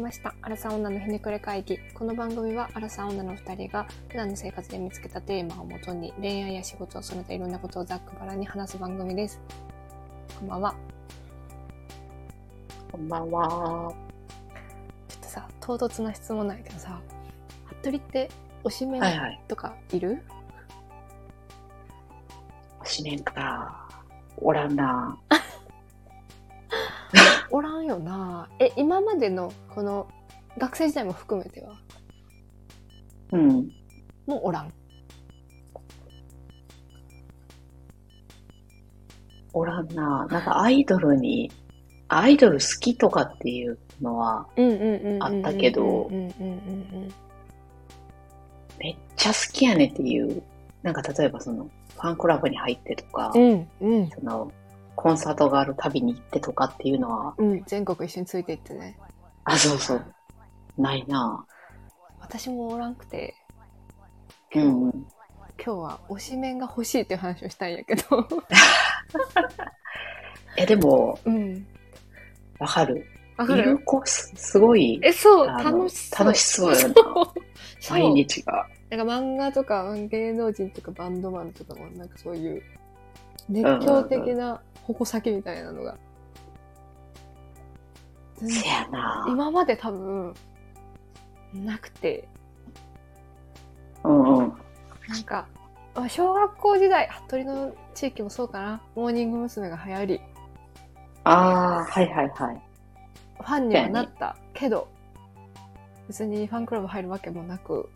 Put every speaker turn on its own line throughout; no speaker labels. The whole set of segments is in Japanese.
ました。アラサー女のひねくれ会議。この番組はアラサー女の2人が普段の生活で見つけたテーマをもとに恋愛や仕事をそれていろんなことをざっくばらに話す番組です。こんばんは。
こんばんは。
ちょっとさ、唐突な質問なんやけどさ、服部って推しメン
はいはい。
とかいる、
しめんか。おらんな。
おらんよなえ、今までのこの学生時代も含めては、
うん。
もうおらん。
おらんな。なんかアイドルに、アイドル好きとかっていうのは、
うんうんうんうんうん。
あったけど
うんうんうんうん。
めっちゃ好きやねっていう。なんか例えばその、ファンクラブに入ってとか、
うんうん
その、コンサートがあるたびに行ってとかっていうのは、
うん、全国一緒についていってね
あ、そうそう。ないな。
私もおらんくて
うんうん。
今日は推しメンが欲しいっていう話をしたいんやけど
え、でも、
うん
わかる。
わ
い
か
る
る
子、すすごい、
えそう
あの
楽しそう
楽しそうやな
そうそう
毎日が。
なんか漫画とか芸能人とかバンドマンとかもなんかそういう熱狂的な矛先みたいなのが、全然
せやな。
今まで多分なくて
うんうん。
なんか、まあ小学校時代、服部の地域もそうかな、モーニング娘。が流行り、
ああ、はいはいはい。
ファンにはなったけど、別にファンクラブ入るわけもなく、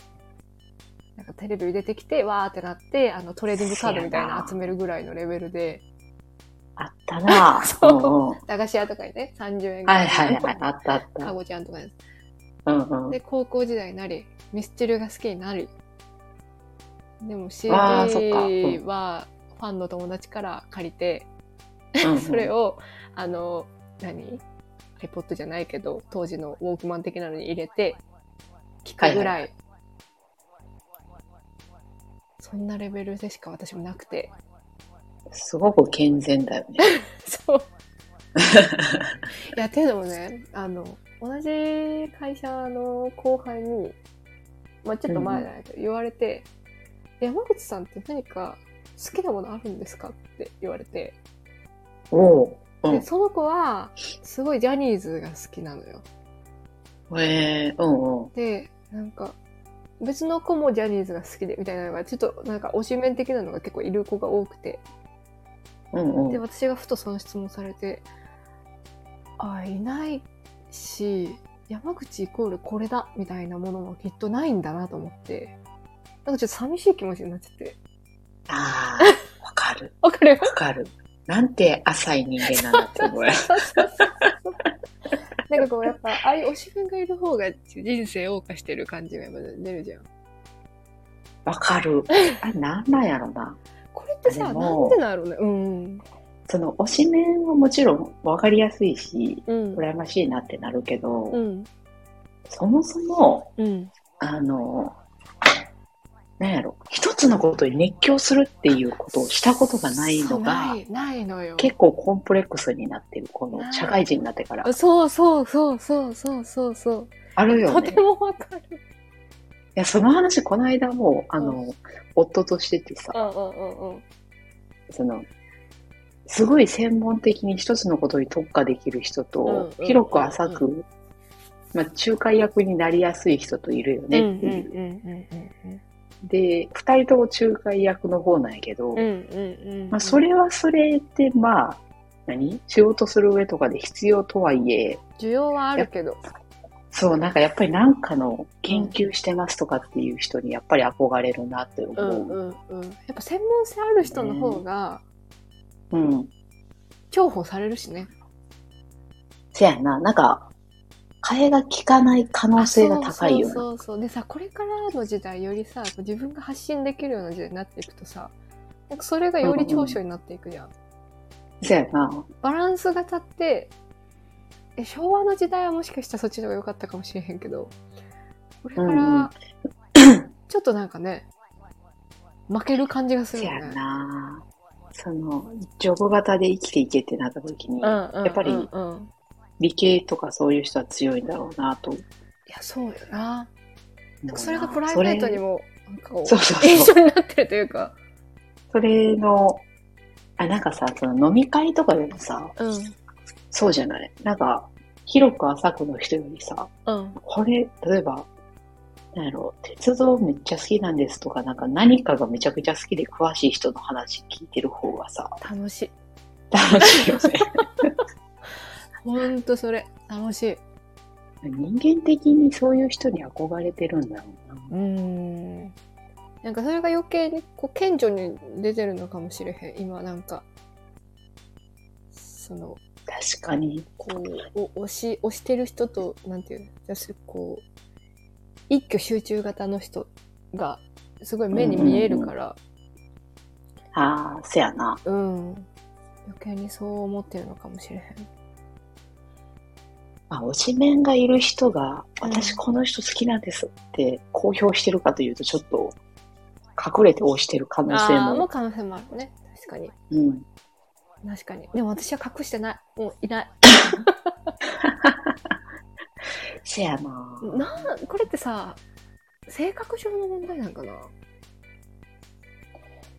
なんかテレビ出てきて、わーってなって、あのトレーディングカードみたいなの集めるぐらいのレベルで、
あったな ぁ。
そうん
ん
駄菓子屋とかにね、30円ぐ
は
ら
い
い
はいはい。
の
あったあっ
か
た。
ごちゃんとかです。
うんうん。
で、高校時代になり、ミスチルが好きになり、でも CD
あーそっかうん
はファンの友達から借りて、
うんうん
それ。を、あの、何 ?iPod じゃないけど、当時のウォークマン的なのに入れて、聞くぐらい、そんなレベルでしか私もなくて。
すごく健全だよ ね。
そう。いや、ていうのもね、あの、同じ会社の後輩に、まあちょっと前じゃないけど、言われて、山口さんって何か好きなものあるんですかって言われて、
おう。う
でその子はすごいジャニーズが好きなのよ
ん。へえ、うんうん。
でなんか別の子もジャニーズが好きでみたいなのがちょっとなんか推しメン的なのが結構いる子が多くて
うんう
で
ん。
私がふとその質問されてあいないし山口イコールこれだみたいなものもきっとないんだなと思ってなんかちょっと寂しい気持ちになっちゃって
ああ、わかる。
わかる
わかる。なんて浅い人間なんだって思う。
なんかこうやっぱああいう推しメンがいる方が人生を謳歌してる感じがやっぱ出るじゃん
わかる。あれ、なんなんやろな。
これってさ、
で
なん
も
でなんやろうね。うん。
その、推し面はもちろんわかりやすいし、
うん。
羨ましいなってなるけど、
うん。
そもそも、
うん。
あの、なんやろ、一つのことに熱狂するっていうことをしたことがないの
そ
が
うな、いないのよ。
結構コンプレックスになってる、こ
な
の
い
社会人になってから。
そうそうそうそうそうそうそう。
あるよ
と
ね。い
てもわかる。
や、その話、この間も、あの、
う
夫としててさ
う、んうんうんうん。
その、すごい専門的に一つのことに特化できる人
うんうんうん
と、
うん
広く浅く、まあ、仲介役になりやすい人といる
う
よ
んう
ね
ん
っていう。
うん
で、二人とも仲介役の方なんやけど、
うんうん。うんうんうん。
まあ、それはそれで、まあ、何仕事する上とかで必要とはいえ、
需要はあるけど。
そう、なんかやっぱりなんかの研究してますとかっていう人にやっぱり憧れるなって思
うん
う。
うんうん。やっぱ専門性ある人の方が
うん。
重宝されるしね。
せやな、なんか、替えが利かない可能性が高いよ
あそうそ
な。
うそうそうでさこれからの時代よりさ自分が発信できるような時代になっていくとさなんかそれがより長所になっていくじゃん、
せやな。
バランスが立ってえ昭和の時代はもしかしたらそっちの方が良かったかもしれへんけどこれか
うんう
ら ちょっとなんかね負ける感じがする
せ
よ
や
ね
な。その、ジョブ型で生きていけってなった時に、
うんうんうんうん
やっぱり理系とかそういう人は強いんだろうなと思
いや、そうよな。
う
なん
な。
かそれがプライベートに
も。
も、なんかこう
そうそう そう
一緒になってるというか。
それの、あ、なんかさ、その飲み会とかでもさ、
うん。
そうじゃない。なんか、広く浅くの人よりさ、
うん。
これ、例えば、なんやろ、鉄道めっちゃ好きなんですとか、なんか何かがめちゃくちゃ好きで詳しい人の話聞いてる方がさ、
楽しい。
楽しいよね。
ほんとそれ。楽しい。
人間的にそういう人に憧れてるんだろう
う
な。
ん。なんかそれが余計にこう顕著に出てるのかもしれへん。今なんか、その、
確かに。
こう、お押し、押してる人と、なんていうの私、こう、一挙集中型の人が、すごい目に見えるから、
ああ、せやな。
うん余計にそう思ってるのかもしれへん。
まあ、推し面がいる人が、
うん
私この人好きなんですって公表してるかというと、ちょっと隠れて推してる可能性
ああ、もう
も。
可能性もあるね。確かに。
うん。
確かに。でも私は隠してない。もういない。
せやな。
なこれってさ、性格上の問題なんかな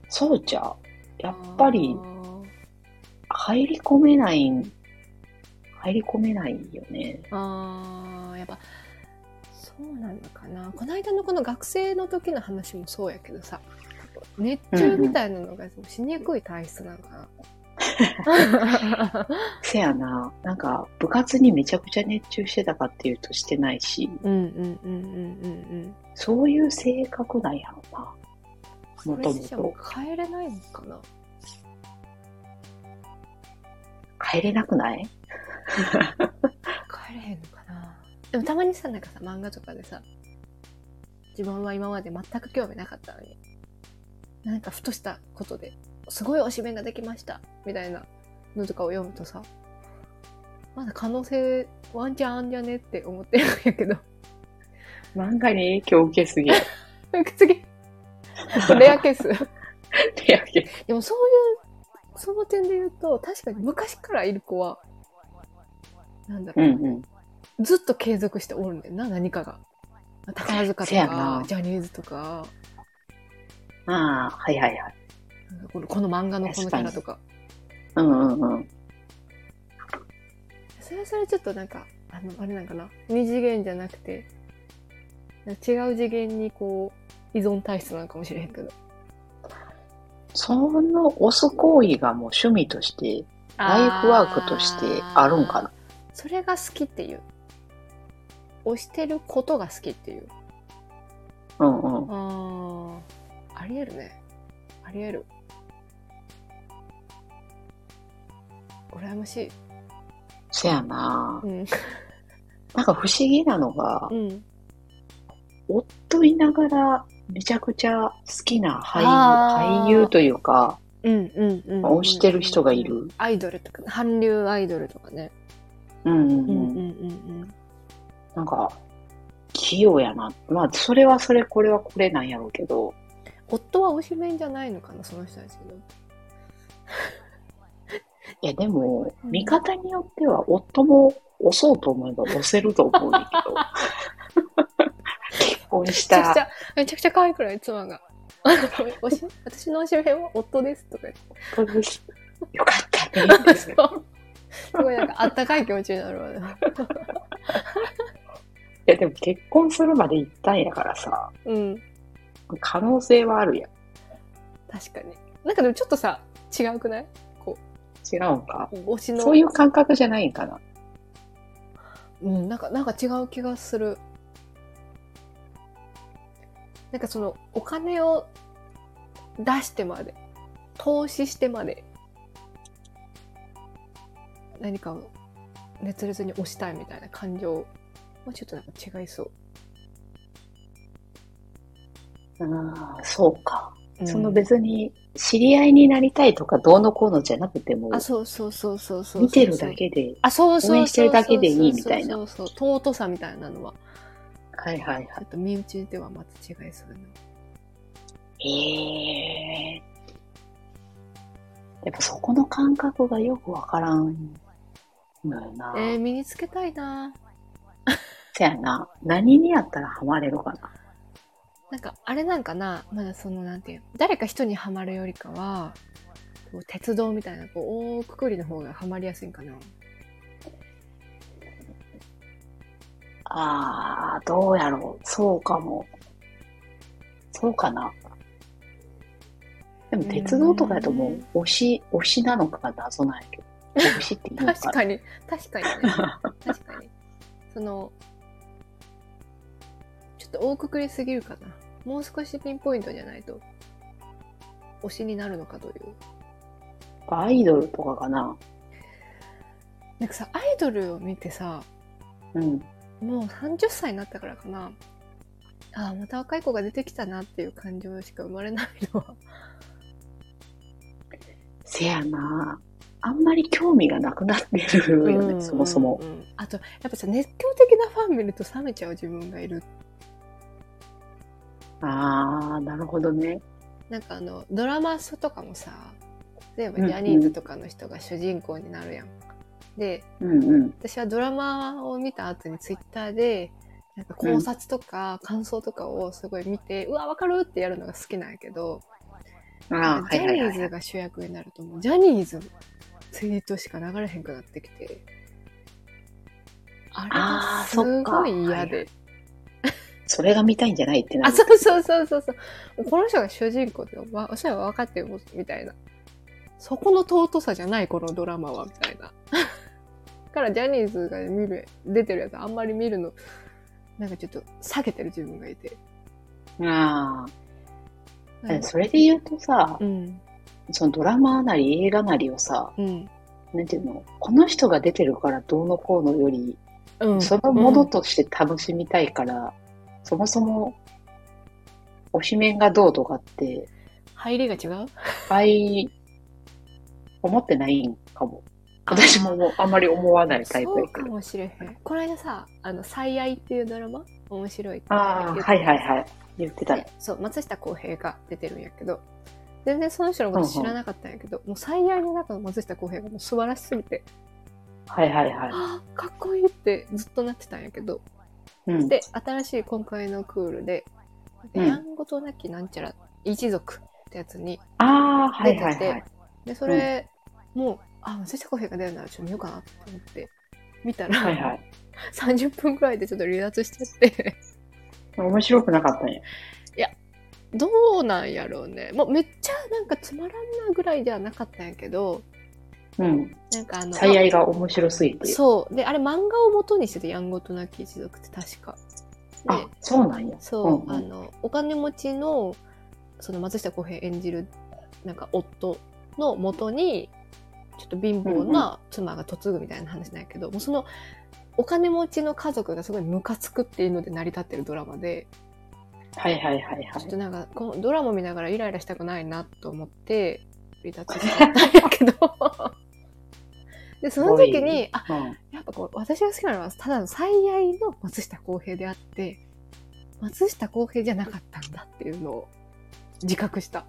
そうじゃう。やっぱり
あー
入り込めない、入り込めないよね。
あーやっぱそうなのかなこの間のこの学生の時の話もそうやけどさ熱中みたいなのがしにくい体質なの かな
せやな。なんか部活にめちゃくちゃ熱中してたかっていうとしてないし、
うんうんうんうんうん
そういう性格なんやろな。
う
も
ん
と
そ
も
れじゃも
と
う帰れないのかな
帰れなくない
帰れへんのかなでもたまにさなんかさ漫画とかでさ自分は今まで全く興味なかったのになんかふとしたことですごい推し面ができましたみたいなのとかを読むとさまだ可能性ワンチャンあんじゃねって思ってるんやけど
漫画に影響を受けすぎる。
次レアケース
レアケ
でもそういうその点で言うと確かに昔からいる子はなんだ
う
ろう、
んうん。
ずっと継続しておるんだよな、何かが。宝塚と
せやな
か、ジャニーズとか、
ああ、はいはいはい。
なんかこのこの漫画のこのキャラとか。
うんうんうん。
それはそれちょっとなんか、あの、あれなんかな、二次元じゃなくて、なんか違う次元にこう、依存体質なのかもしれへんけど。
その押す行為がもう趣味として、ライフワークとしてあるんかな。
それが好きっていう。推してることが好きっていう。
うんうん。
ああ、ありえるね。ありえる。羨ましい。
せやな。
うん。
なんか不思議なのが、
うん。
といながら、めちゃくちゃ好きな俳
あー
優、俳優というか、
うんうんうん。
推してる人がいる。
アイドルとか、韓流アイドルとかね。
うんうん
う
うん
んうん
ん、
うん
なんか、器用やな。まあ、それはそれ、これはこれなんやろうけど、
夫は推しメンじゃないのかな、その人たちの。
いや、でも、
うん
見方によっては、夫も押そうと思えば押せると思うんだけど。 結婚し
めちゃくち
た
ゃ、めちゃくちゃ可愛くない妻が。 推し私の推しメンは夫ですとか言っ て
夫です。よかったねですよ。
そうすごいなんかあったかい気持ちになるわね。
いや、でも結婚するまで行ったんやからさ、
うん。
可能性はあるやん。
確かに。なんかでもちょっとさ、違うくない
違うんか。
推しの。
そういう感覚じゃないんかな。
うん、なんか、なんか違う気がする。なんかその、お金を出してまで、投資してまで、何かを熱烈に推したいみたいな感情もうちょっとなんか違いそう。
ああ、そうか。
うん
その別に知り合いになりたいとかどうのこうのじゃなくても
あ、、そうそうそうそうそうそう。
見てるだ。けで、
あ、そうそうそうそう。
応援してるだけでいいみたいな
そうそうそう。尊さみたいなのは、
はいはい
ち
は
ょっと身内ではまた違いそうだな。
い。へえ。やっぱそこの感覚がよくわからんそうやな。
えー、身につけたいな。
せやな。何にやったらハマれるかな。
なんか、あれなんかな、まだその、なんていうの、誰か人にはまるよりかは、こう鉄道みたいな、こう、大くくりの方がはまりやすいんかな。
あー、どうやろう。そうかも。そうかな。でも鉄道とかやともう推し、推しなのかな、そなんや けど。推しって言うの
確
か
かに、確かにね。確かに。その、ちょっと大くくりすぎるかな。もう少しピンポイントじゃないと、推しになるのかという。
な。アイドルとかかな。
なんかさ、アイドルを見てさ、
うん。
もう30歳になったからかな。ああ、また若い子が出てきたなっていう感情しか生まれないのは。
せやな。あんまり興味がなくなってるよね、そもそも
う。んうんうん。あと、やっぱさ、熱狂的なファン見ると冷めちゃう自分がいる。
あー、なるほどね。
なんかあの、ドラマとかもさ、例えばジャニーズとかの人が主人公になるやん。で、
うんうん。
私はドラマを見た後にツイッターで、なんか考察とか感想とかをすごい見て、うわ、わかるってやるのが好きなんやけど、
あー、は
ジ
い
ャ
はい
ニ
は
ーズ
い。
が主役になるともうジャニーズのツイートしか流れへんくなってきてあれが
あー
すごい嫌で
それが見たいんじゃないってな
あ
る。
そうそうそうそうそうもうこの人が主人公ってわ私は分かってるもんみたいなそこの尊さじゃないこのドラマはみたいな からジャニーズが見る出てるやつあんまり見るのなんかちょっと避けてる自分がいて
あー
なんか
それで言うとさ、
うん
そのドラマなり映画なりをさ、
うん
なんていうのこの人が出てるからどうのこうのより、
うん
そのものとして楽しみたいから、そもそも、推しメンがどうとかって、
入りが違う
あい、思ってないんかも。私ももうあんまり思わないタイプ
そう
や
か
けど。
もしれへんこの間さ「あの最愛」っていうドラマ面白いって
あ
言
あ、
って
はいはいはい。言ってたね。
でそう松下洸平が出てるんやけど全然その人のこと知らなかったんやけど、もう最愛の中の松下洸平がもう素晴らしすぎ て、
はいはいはい。
ああかっこいいってずっとなってたんやけど、
うん。
で新しい今回のクールで「
うん
やんごとなきなんちゃら一族」ってやつに
ああ、は
出て
い
て、
はいはい。
でそれ、もうあ松下洸平が出るならちょっと見ようかなって思って見たら、
はいはい。
30分くらいでちょっと離脱しちゃって。
面白くなかったね。
どうなんやろうね。もうめっちゃなんかつまらんなぐらいではなかったんやけど、
うん。
なんかあの、
最愛が面白すぎ
あ
て。
そう。で、あれ漫画を元にしてて、やんごとなき一族って確か。
あ
で、、
そうなんや。
そう、
うんうん
あの、お金持ちの、その松下洸平演じる、なんか夫の元に、ちょっと貧乏な妻が嫁ぐみたいな話なんやけど、もうその、お金持ちの家族がすごいムカつくっていうので成り立ってるドラマで、
はいはいはいは
ちょっ
い。
となんかこのドラマ見ながらイライラしたくないなと思って離脱しちゃったんやけど でその時
すご
に
い
あ
うん
やっぱこう私が好きなのはただの最愛の松下洸平であって松下洸平じゃなかったんだっていうのを自覚した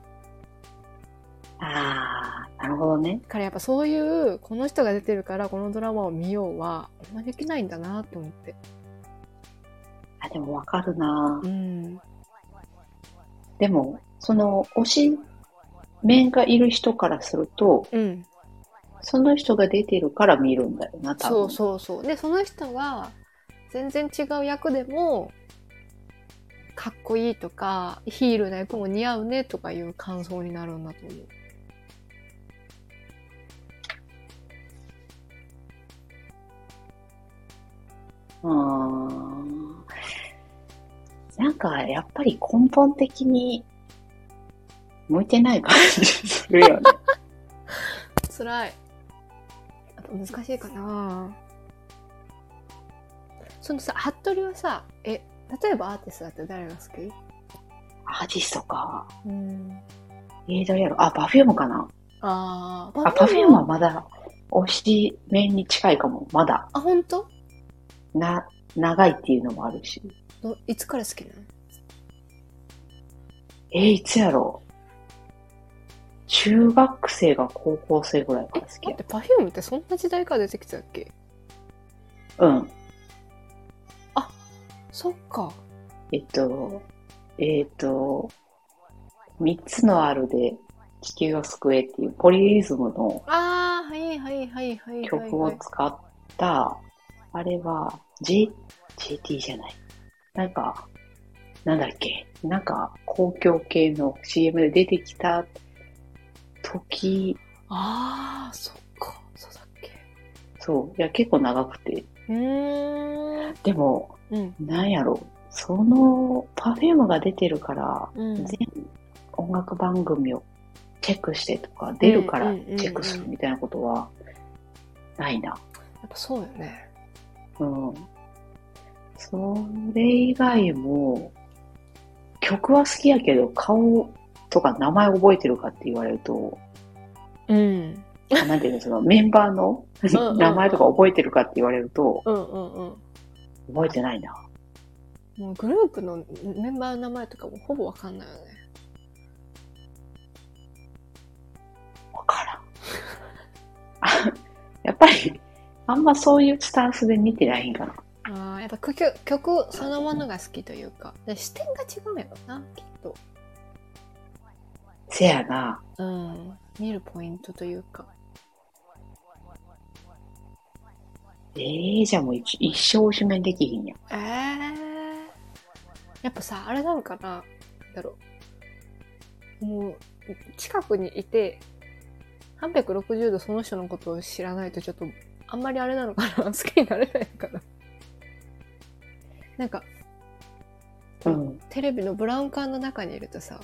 ああ、なるほどね。
だからやっぱそういうこの人が出てるからこのドラマを見ようはあんまりできないんだなと思って
あ、でもわかるな
う。ん
でも、その推し面がいる人からすると、
うん
その人が出てるから見るんだよな、多分。
そうそうそうでその人が全然違う役でもかっこいいとかヒールな役も似合うねとかいう感想になるんだと思う
うーん。なんか、やっぱり根本的に向いてない感じす るよね。
つらいやっぱ難しいかなそのさ服部はさえ例えばアーティストだったら誰が好き
アーティストか。
うん
えー、誰やろあ、パフュームかな。
あー
あ、パフュームはまだ推し面に近いかも。まだ。
あ本当
な、長いっていうのもあるし。
どいつから好きなの
えーいつやろう中学生が高校生ぐらいか
え
ら好き
待っ
や。
て Perfume ってそんな時代から出てきてたっけ
うん。
そっか。
えっと、えっと、三つのあるで地球を救えっていうポリリズムの
ああ、はいはいはいはいはい、はい。
曲を使った、あれは、G、GT じゃない。なんか、なんだっけ。なんか、公共系の CM で出てきた時、
ああ、そっか。そうだっけ。
そう。いや、結構長くて。
うーん。
でも、
うん。
なんやろ。その、パフュームが出てるから、
うん。
全音楽番組をチェックしてとか、出るから
うんうんうんうん
チェックするみたいなことはないな。
やっぱそうよね。
うん。それ以外も、曲は好きやけど、顔とか名前覚えてるかって言われると、
うん。
あなんていうの、そのメンバーの
んうん
名前とか覚えてるかって言われると、
うんうんうん。
覚えてないな。
もうグループのメンバーの名前とかもほぼわかんないよね。
わからん。あ やっぱり、あんまそういうスタンスで見てないんかな。
ああ、やっぱ曲曲そのものが好きというか。で視点が違うんやろな、きっと。
せやな。
うん。見るポイントというか。
ええじゃあもう一一生おしめできひんやん。
ええやっぱさ、あれなんかな、なんだろう。もう、近くにいて、360度その人のことを知らないとちょっと、あんまりあれなのかな、好 きになれないのかな。なんか、
うん。
テレビのブラウン管の中にいるとさ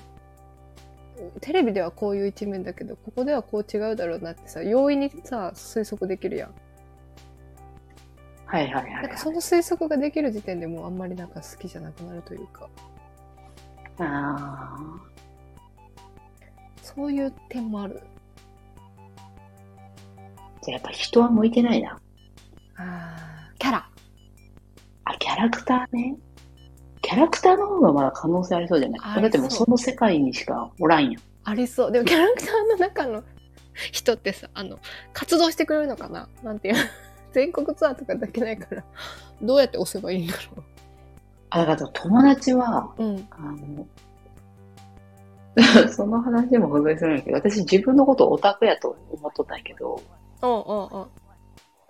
テレビではこういう一面だけどここではこう違うだろうなってさ容易にさ推測できるやん
はいはいはい、は
な
い。
んかその推測ができる時点でもうあんまりなんか好きじゃなくなるというか
ああ。
そういう点もある
じゃあやっぱ人は向いてないな。
あーキャラ
あ、キャラクターね。キャラクターの方がまだ可能性ありそうじゃない
あり
だってもう
そう
その世界にしかおらんやん。
ありそうでもキャラクターの中の人ってさあの活動してくれるのかななんていう全国ツアーとかできないからどうやって押せばいいんだろ
あ、だから友達は、
ううん
あの、 その話も保存するんやけど、私自分のことをオタクやと思っとったんやけど、
うんうんうん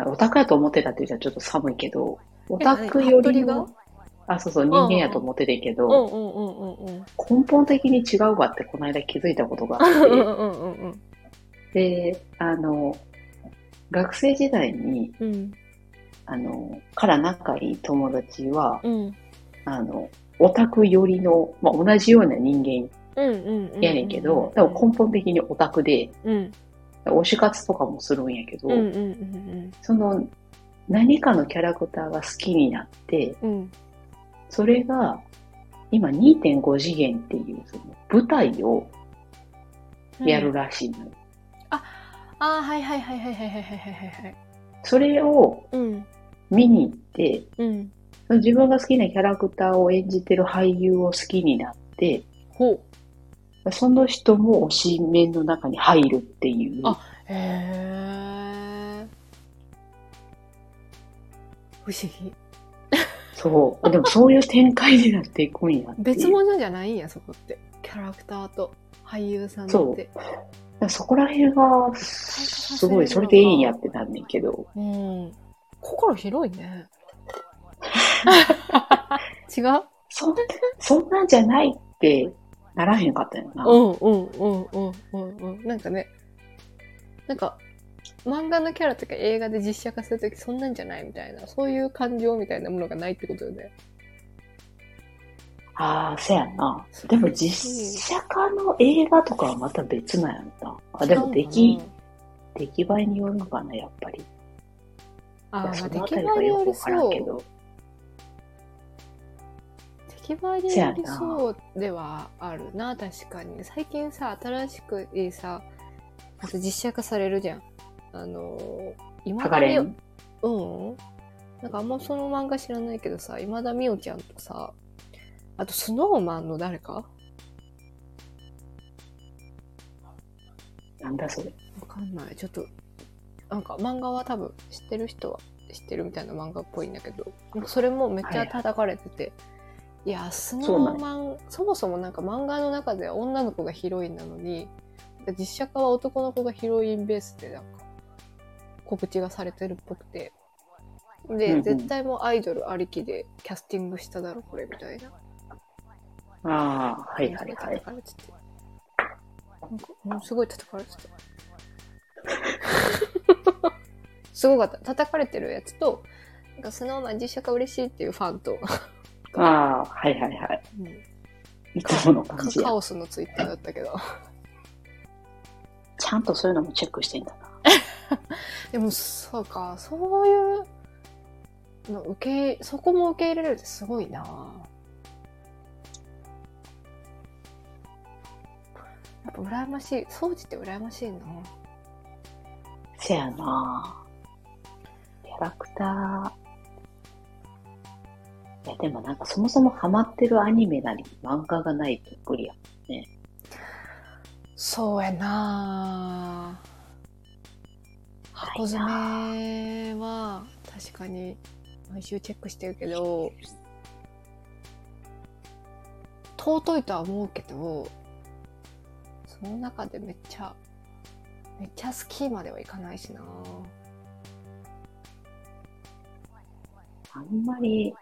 オタクやと思ってたって言ったらちょっと寒いけど、オタクよ
え
り
何服
も
部、
あ、そうそう、人間やと思っててけど、
うんうんうんうんうん
根本的に違うわってこの間気づいたことがあ
うんう
っ
んうんうん
て、 で、あの、学生時代に、
うん
あの、から仲いい友達は、
うん
あの、オタク寄りの、まあ、同じような人
うんうんうん
間やねんけど、でも根本的にオタクで、
うん
推し活とかもするんやけど、
うんうんうん
その、何かのキャラクターが好きになって、
うんうん
それが、今2.5次元っていう、その、舞台をやるらしいのよ。
ああはいはいはいはいはいはいはいはいはい
それを
うん
見に行って、
うん
その自分が好きなキャラクターを演じてる俳優を好きになって、
ほう
その人も推しメンの中に入るっていう。
あへえ不思議
そう。でもそういう展開になっていくんやっていう
別物じゃないんやそこってキャラクターと俳優さん
そ
っ
う
て
そこら辺が、すごい、それでいいんやってなんねんけど。
うん心広いね違う
そんそんなんじゃないってならへんかったよな。
うんうんうんうんうんうん。なんかね、なんか、漫画のキャラとか映画で実写化するときそんなんじゃないみたいな、そういう感情みたいなものがないってことよね。
ああ、せやな。でも実写化の映画とかはまた別なんやろな。あでも出
違う
来
の、か
出来栄えによるのかな、やっぱり。
な。あ
い
ー
や
ま
そ
あ、出
のあ
来
た
栄
りは
えに
よ
よ
く
り
わから
そ
んけ
う。
ど。
出来栄えによりそうではあるな、確かに。最近さ、新しくさ、あと実写化されるじゃん。あのー、今
ハガレン
うん。なんかあんまその漫画知らないけどさ、今田美桜ちゃんとさ、あとスノーマンの誰か
なんだそれ。
わかんない。ちょっと、なんか漫画は多分知ってる人はしてるみたいな漫画っぽいんだけど、なんかそれもめっちゃ叩かれてて、いや、スノーマン、そもそもなんか漫画の中では女の子がヒロインなのに、実写化は男の子がヒロインベースでなんか告知がされてるっぽくて、で、
うんうん
絶対もうアイドルありきでキャスティングしただろ、これみたいな。
ああ、はいはいは
叩
い。
かれてて。なんか、うんすごい叩かれてた。すごかった。叩かれてるやつと、なんかスノーマン実写化嬉しいっていうファンと、
ああ、はいはいはい。いつもの
カ
感じや
カ。オスのツイッターだったけど。
ちゃんとそういうのもチェックしてんだな。
でも、そうか、そういうの受け、そこも受け入れられるってすごいなやっぱ羨ましい。掃除って羨ましいな
せやなキャラクター。いや、でもなんかそもそもハマってるアニメなり漫画がないと無理や。
そうやな箱詰
ないな
めは確かに毎週チェックしてるけど尊いとは思うけどその中でめっちゃめっちゃ好きまではいかないしな
あんまり、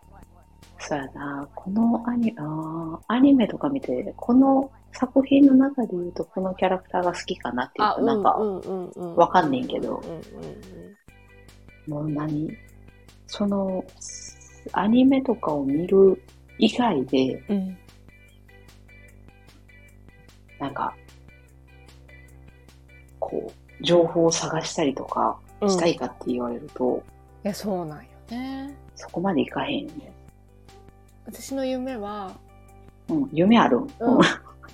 そうやなこのアニあーアニメとか見て、この作品の中で言うとこのキャラクターが好きかなっていうか、なんか、
んうんうん
わかんねんけど
うんうんうん
もう何その、アニメとかを見る以外で、
うん
なんか、こう、情報を探したりとか
うん
した
い
いかって言われると、
やそうなんよね
そこまでいかへんよね。
私の夢は
うん、夢あるん。
うん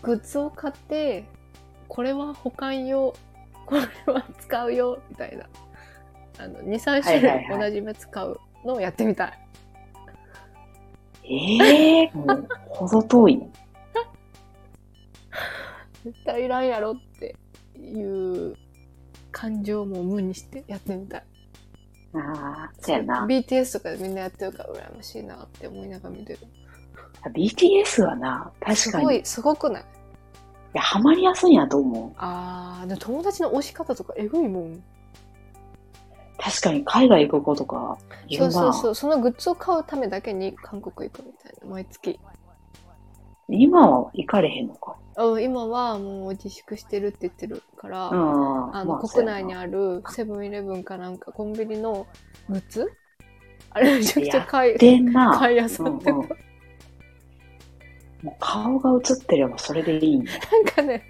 グッズを買ってこれは保管用これは使うよみたいなあの23種
はい
類
はいは
同じ目使うのをやってみたい,、
ええー、もう、ほど遠いね。
絶対いらんやろっていう感情も無にしてやってみたい
ああ、そうやな。
BTS とかでみんなやってるから羨ましいなって思いながら見てる
BTS はな、確
す
か
ご
に、
い
い
すごくない
や、ハマりやすいんやと思う。
あーでも友達の推し方とかえぐいもん
確かに、海外行く子とか、い
そ
る
う
な。
そうそうそのグッズを買うためだけに韓国行くみたいな毎月
今は行かれへんのか。
うん今はもう自粛してるって言ってるから、
うん。
あの、
まあ
国内に
そうや
あ
な
るセブンイレブンかなんかコンビニのグッズあれめちゃくちゃ買い、
でんな。
買いあさってた。
うんうんもう顔が映ってればそれでいいんだ。
なんかね、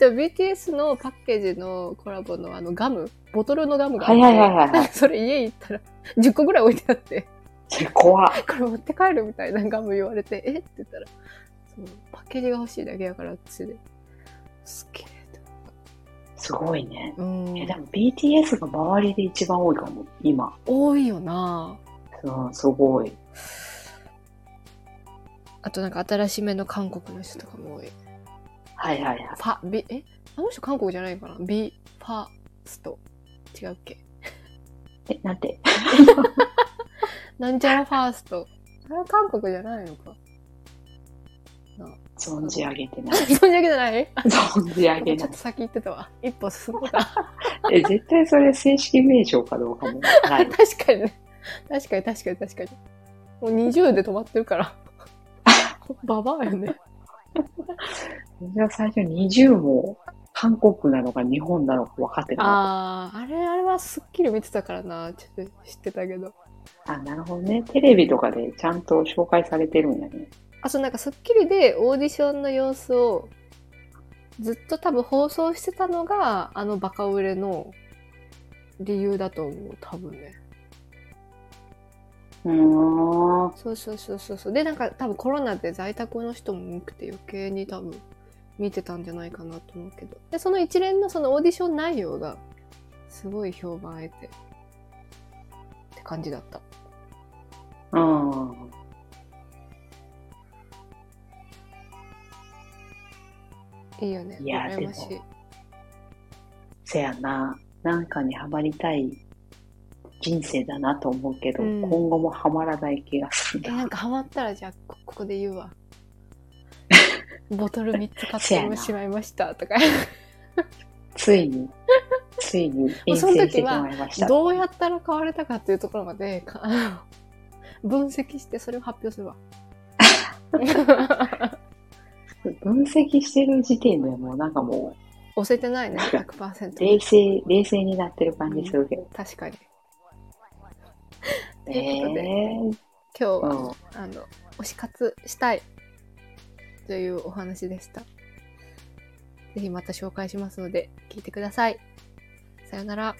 でも BTS のパッケージのコラボのあのガム、ボトルのガムがあって、
はいはいはいはいはい
それ家行ったら10個ぐらい置いてあって、
それ 怖っ。
これ持って帰るみたいなガム言われて、えって言ったら、そうパッケージが欲しいだけやから私で。すっげえ
すごいね。
と。うん
え、でも BTS が周りで一番多いかも、今。
多いよな
うん、すごい。
あとなんか新しめの韓国の人とかも多い。
はいはいはい。
ファ、ビ、えあの人韓国じゃないかなビ、ファ、スト。違うっけ
え、なんて。
なんちゃらファースト。あれは韓国じゃないのか。
存じ上げてない
そんだけじゃない
存じ上げ
ちょ
な
っ
い
と。先行ってたわ。一歩進んでた。
え、絶対それ正式名称かどうかもない。
確かにね。確かに確かに確かに。もう20で止まってる から。ババアよね。
じゃあ最初20も韓国なのか日本なのか分かってなかっ
ああ、あれ、あれはスッキリ見てたからな。ちょっと知ってたけど。
た。あ、なるほどね。テレビとかでちゃんと紹介されてるんやね。
あ、そう、なんか、スッキリでオーディションの様子を、ずっと多分放送してたのが、あのバカ売れの理由だと思う、多分ね。
うーん。
そうそうそうそうそう。で、なんか、多分コロナで在宅の人も多くて余計に多分見てたんじゃないかなと思うけど。で、その一連のそのオーディション内容が、すごい評判得て、って感じだった。
うん。
いいよね。
いやー
羨ましい。
せやな。なんかにハマりたい人生だなと思うけど、
うん
今後もハマらない気がする
え、なんかハマったらじゃあ、こここで言う わ。ボトル3つ
せ
買
や
って
な
しまいましたとか。
ついに、つ いに遠征してしまいました。
どうやったら買われたかっていうところまで か分析してそれを発表するわ。
分析してる時点でもうなんかも
押せて ないね、
う、
100%。
冷静、冷静になってる感じするけど。
確かに。と
え
いうことで
ー
今日は、
うん
あの、推し活したいというお話でした。ぜひまた紹介しますので、聞いてください。さよなら。